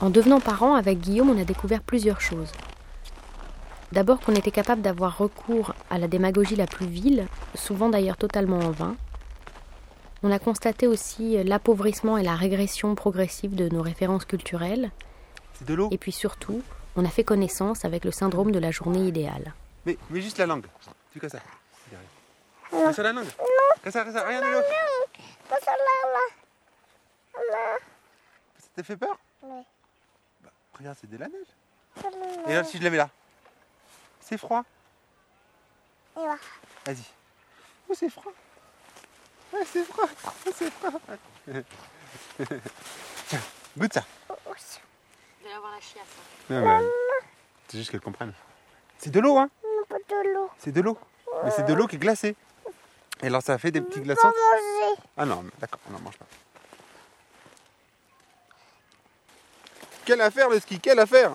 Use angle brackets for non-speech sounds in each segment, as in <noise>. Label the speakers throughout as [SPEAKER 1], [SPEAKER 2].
[SPEAKER 1] En devenant parent avec Guillaume, on a découvert plusieurs choses. D'abord qu'on était capable d'avoir recours à la démagogie la plus vile, souvent d'ailleurs totalement en vain. On a constaté aussi l'appauvrissement et la régression progressive de nos références culturelles.
[SPEAKER 2] C'est de l'eau
[SPEAKER 1] Et puis surtout, on a fait connaissance avec le syndrome de la journée idéale.
[SPEAKER 2] mais, mais juste la langue. Tu fais ça.
[SPEAKER 3] Ah.
[SPEAKER 2] Comme ça la langue. Comme ça, comme ça. Regarde l'eau. Ça t'a fait peur
[SPEAKER 3] Oui.
[SPEAKER 2] Bah, regarde, c'est de la neige. Et là, si je la mets là. C'est froid.
[SPEAKER 3] Et là.
[SPEAKER 2] Vas-y. Oh, c'est froid. Ouais, c'est froid. Oh, c'est froid. <laughs> Tiens, goûte ça.
[SPEAKER 1] allez avoir la chiasse.
[SPEAKER 2] Non, mais... C'est juste qu'elle comprenne. C'est de l'eau, hein
[SPEAKER 3] Non, pas de l'eau.
[SPEAKER 2] C'est de l'eau. Mais c'est de l'eau qui est glacée. Et alors, ça fait des petits
[SPEAKER 3] Pas
[SPEAKER 2] glaçons.
[SPEAKER 3] manger.
[SPEAKER 2] Ah non, mais d'accord, on n'en mange pas. Quelle affaire le ski, quelle affaire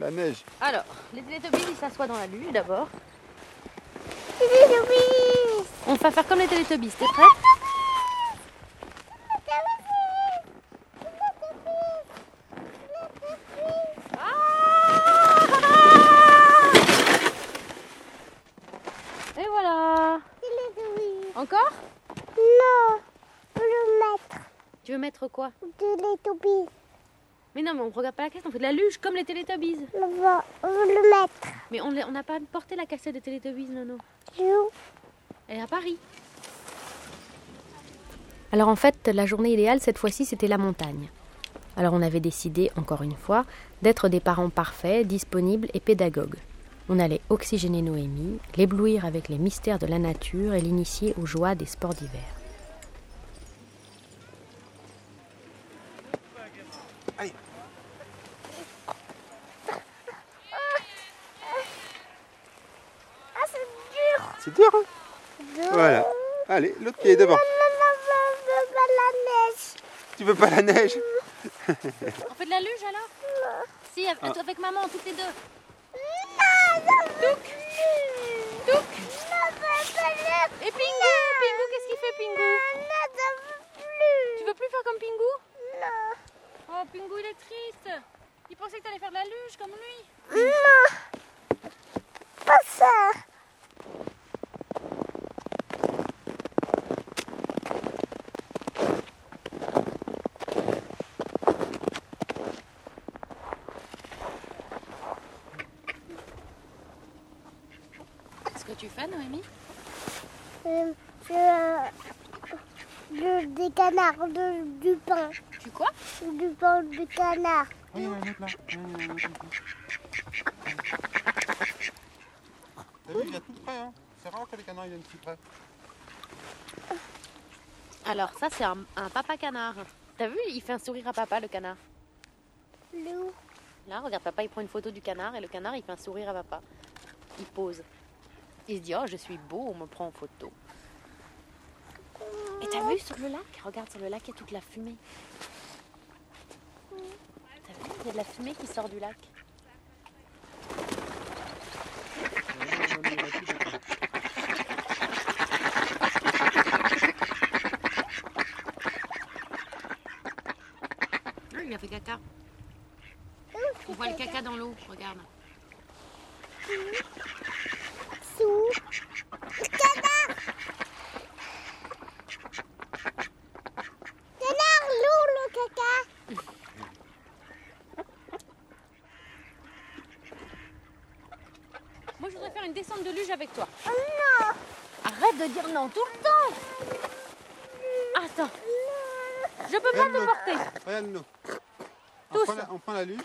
[SPEAKER 2] La neige.
[SPEAKER 1] Alors, les télétobies, ils s'assoient dans la lune d'abord.
[SPEAKER 3] C'est des obéis.
[SPEAKER 1] On va faire comme les télétobies, t'es prête Et voilà
[SPEAKER 3] C'est des obéis.
[SPEAKER 1] Encore
[SPEAKER 3] Non, je veux le mettre
[SPEAKER 1] Tu veux mettre quoi
[SPEAKER 3] de les obéis.
[SPEAKER 1] Mais non, mais on regarde pas la cassette, on fait de la luge comme les Télétobies.
[SPEAKER 3] On va on veut le mettre.
[SPEAKER 1] Mais on l'a- on n'a pas porté la cassette des Télétobies, Nono.
[SPEAKER 3] Joue.
[SPEAKER 1] Elle est à Paris. Alors en fait, la journée idéale cette fois-ci, c'était la montagne. Alors on avait décidé, encore une fois, d'être des parents parfaits, disponibles et pédagogues. On allait oxygéner Noémie, l'éblouir avec les mystères de la nature et l'initier aux joies des sports d'hiver.
[SPEAKER 3] Ah, c'est dur.
[SPEAKER 2] C'est dur, hein
[SPEAKER 3] dur.
[SPEAKER 2] Voilà. Allez, l'autre pied est devant.
[SPEAKER 3] Non, non, non, je veux pas la neige.
[SPEAKER 2] Tu veux pas la neige
[SPEAKER 1] On fait de la luge alors Si, avec, maman, toutes les deux.
[SPEAKER 3] Non, je veux pas le-
[SPEAKER 1] Et Pingu Pingu, qu'est-ce qu'il fait Pingu
[SPEAKER 3] Non, je veux plus.
[SPEAKER 1] Tu veux plus faire comme Pingu
[SPEAKER 3] Non.
[SPEAKER 1] Oh, Pingu, il est triste. Il pensait que t'allais faire de la luge comme lui.
[SPEAKER 3] Pas ça.
[SPEAKER 1] Qu'est-ce que tu fais, Noémie
[SPEAKER 3] Euh, Je, je- des canards, de- du pain.
[SPEAKER 1] Tu quoi
[SPEAKER 3] Du pain de canard.
[SPEAKER 2] Oui, ouais, là. T'as vu, il y a tout près, hein C'est rare que les canards ils viennent tout près.
[SPEAKER 1] Alors ça c'est un, un papa canard. T'as vu, il fait un sourire à papa le canard.
[SPEAKER 3] Loup.
[SPEAKER 1] Là, regarde, papa il prend une photo du canard et le canard il fait un sourire à papa. Il pose. Il se dit oh je suis beau, on me prend en photo. Et t'as vu sur le lac Regarde sur le lac il y a toute la fumée. T'as vu Il y a de la fumée qui sort du lac. Il a fait caca. On voit le caca dans l'eau, regarde.
[SPEAKER 3] Sous. Canard. Canard, loup, le caca.
[SPEAKER 1] Moi, je voudrais faire une descente de luge avec toi. Oh non Arrête de dire non tout le temps Attends. Je peux pas te porter.
[SPEAKER 2] Regarde-nous. On,
[SPEAKER 1] Tous.
[SPEAKER 2] prend la- on prend la lune.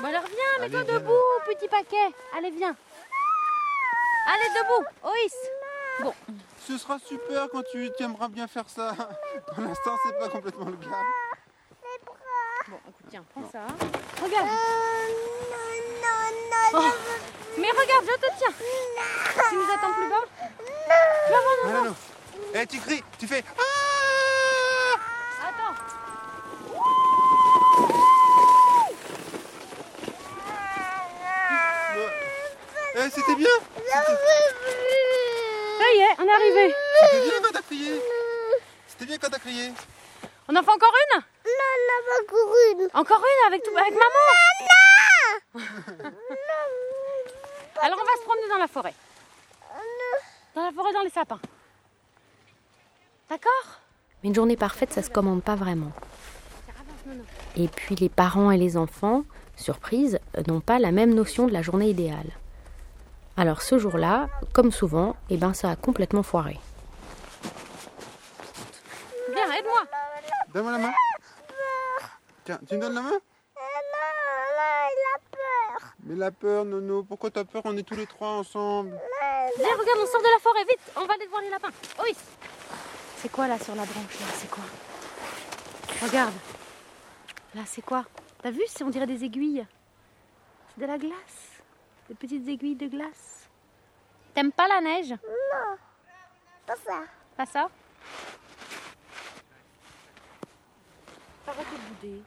[SPEAKER 1] Bon, alors viens, mets-toi
[SPEAKER 2] Allez, viens,
[SPEAKER 1] debout, petit paquet. Allez, viens. Allez, debout, Oïs. Bon,
[SPEAKER 2] Ce sera super quand tu, tu aimeras bien faire ça. <laughs> Pour l'instant, c'est pas complètement le cas.
[SPEAKER 1] bon, écoute, tiens, prends ça. Regarde.
[SPEAKER 3] Euh, non, non, non,
[SPEAKER 1] Oh. Mais regarde, je te tiens. Tu nous attends plus bas Tu vas voir, non,
[SPEAKER 2] Regarde-nous. Eh, tu cries, tu fais.
[SPEAKER 1] Attends.
[SPEAKER 2] euh, Eh, c'était bien
[SPEAKER 3] j'en veux plus.
[SPEAKER 1] Ça y est, on est arrivé.
[SPEAKER 2] C'était bien quand t'as crié C'était bien quand t'as crié
[SPEAKER 1] On
[SPEAKER 4] On en fait encore une
[SPEAKER 3] pas une.
[SPEAKER 4] Encore une avec, tout, avec maman Alors on va se promener dans la forêt. Dans la forêt, dans les sapins. D'accord
[SPEAKER 1] Mais une journée parfaite, ça se commande pas vraiment. Et puis les parents et les enfants, surprise, n'ont pas la même notion de la journée idéale. Alors ce jour-là, comme souvent, eh ben ça a complètement foiré.
[SPEAKER 4] Viens, aide-moi.
[SPEAKER 2] Donne-moi la main. Tiens, tu me donnes la main
[SPEAKER 3] Non, là, il a peur.
[SPEAKER 2] Mais la peur, Nono, pourquoi t'as peur On est tous les trois ensemble.
[SPEAKER 4] Viens, regarde, on sort de la forêt, vite. On va aller voir les lapins. Oui. C'est quoi là sur la branche là C'est quoi Regarde. Là, c'est quoi T'as vu C'est on dirait des aiguilles. C'est de la glace. Des petites aiguilles de glace. T'aimes pas la neige
[SPEAKER 3] Pas ça.
[SPEAKER 4] Pas ça Arrête de bouder.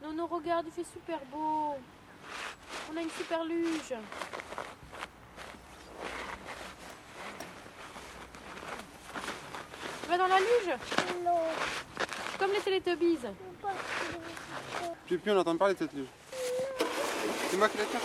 [SPEAKER 5] Non, non, regarde, il fait super beau. On a une super luge. Tu vas dans la luge
[SPEAKER 3] Non.
[SPEAKER 5] Comme les Teletubbies.
[SPEAKER 2] Puis, puis on entend parler de cette luge. C'est moi qui la tire.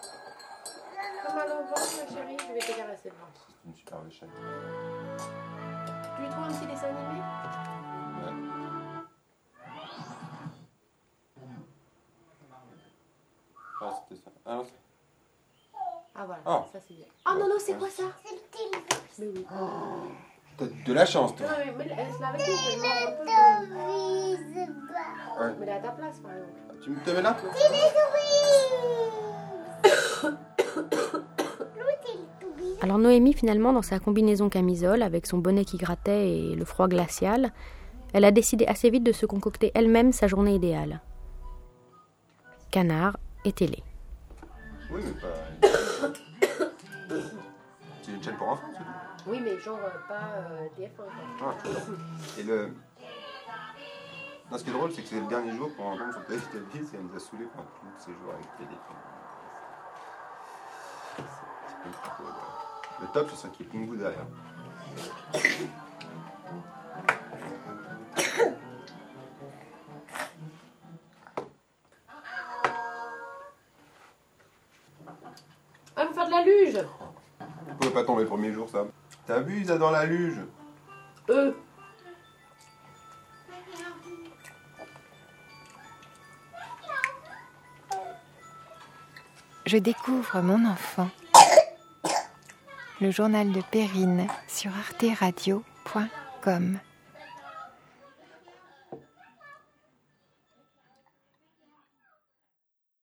[SPEAKER 5] T'as mal au ventre, chérie Je vais te caresser le ventre.
[SPEAKER 2] C'est une super échelle.
[SPEAKER 5] Tu lui trouves un petit dessin animé
[SPEAKER 2] Ah, c'était ça. Ah, non, c'est-
[SPEAKER 5] Ah voilà,
[SPEAKER 2] Ah.
[SPEAKER 5] ça c'est bien. Oh non, non, c'est quoi ça
[SPEAKER 3] C'est le téléphone.
[SPEAKER 5] Mais oui.
[SPEAKER 2] T'as de la chance, toi.
[SPEAKER 5] Non, mais, mais laisse-la avec nous, je vais manger un peu. mais- Mets-la à ta place, par exemple.
[SPEAKER 2] Tu me te mets là toi
[SPEAKER 1] Alors Noémie, finalement, dans sa combinaison camisole, avec son bonnet qui grattait et le froid glacial, elle a décidé assez vite de se concocter elle-même sa journée idéale. Canard et télé.
[SPEAKER 2] Oui, mais pas. <coughs> C'est une chaîne pour enfants, c'est tout.
[SPEAKER 5] Oui, mais genre euh, pas euh, TF1. quoi.
[SPEAKER 2] Ah, Et le. Non, ce qui est drôle, c'est que c'est le dernier jour qu'on rencontre son téléphone et elle nous a saoulés pendant tous ces jours avec le téléphone. C'est- c'est pas une photo, là. Le top, ce serait qu'il y ait Pingu derrière.
[SPEAKER 5] Ah, on va faire de la luge
[SPEAKER 2] Pourquoi pas tomber le premier jour, ça T'as vu, ils adorent la luge
[SPEAKER 5] Eux
[SPEAKER 6] Je découvre mon enfant. Le journal de Perrine sur arteradio.com.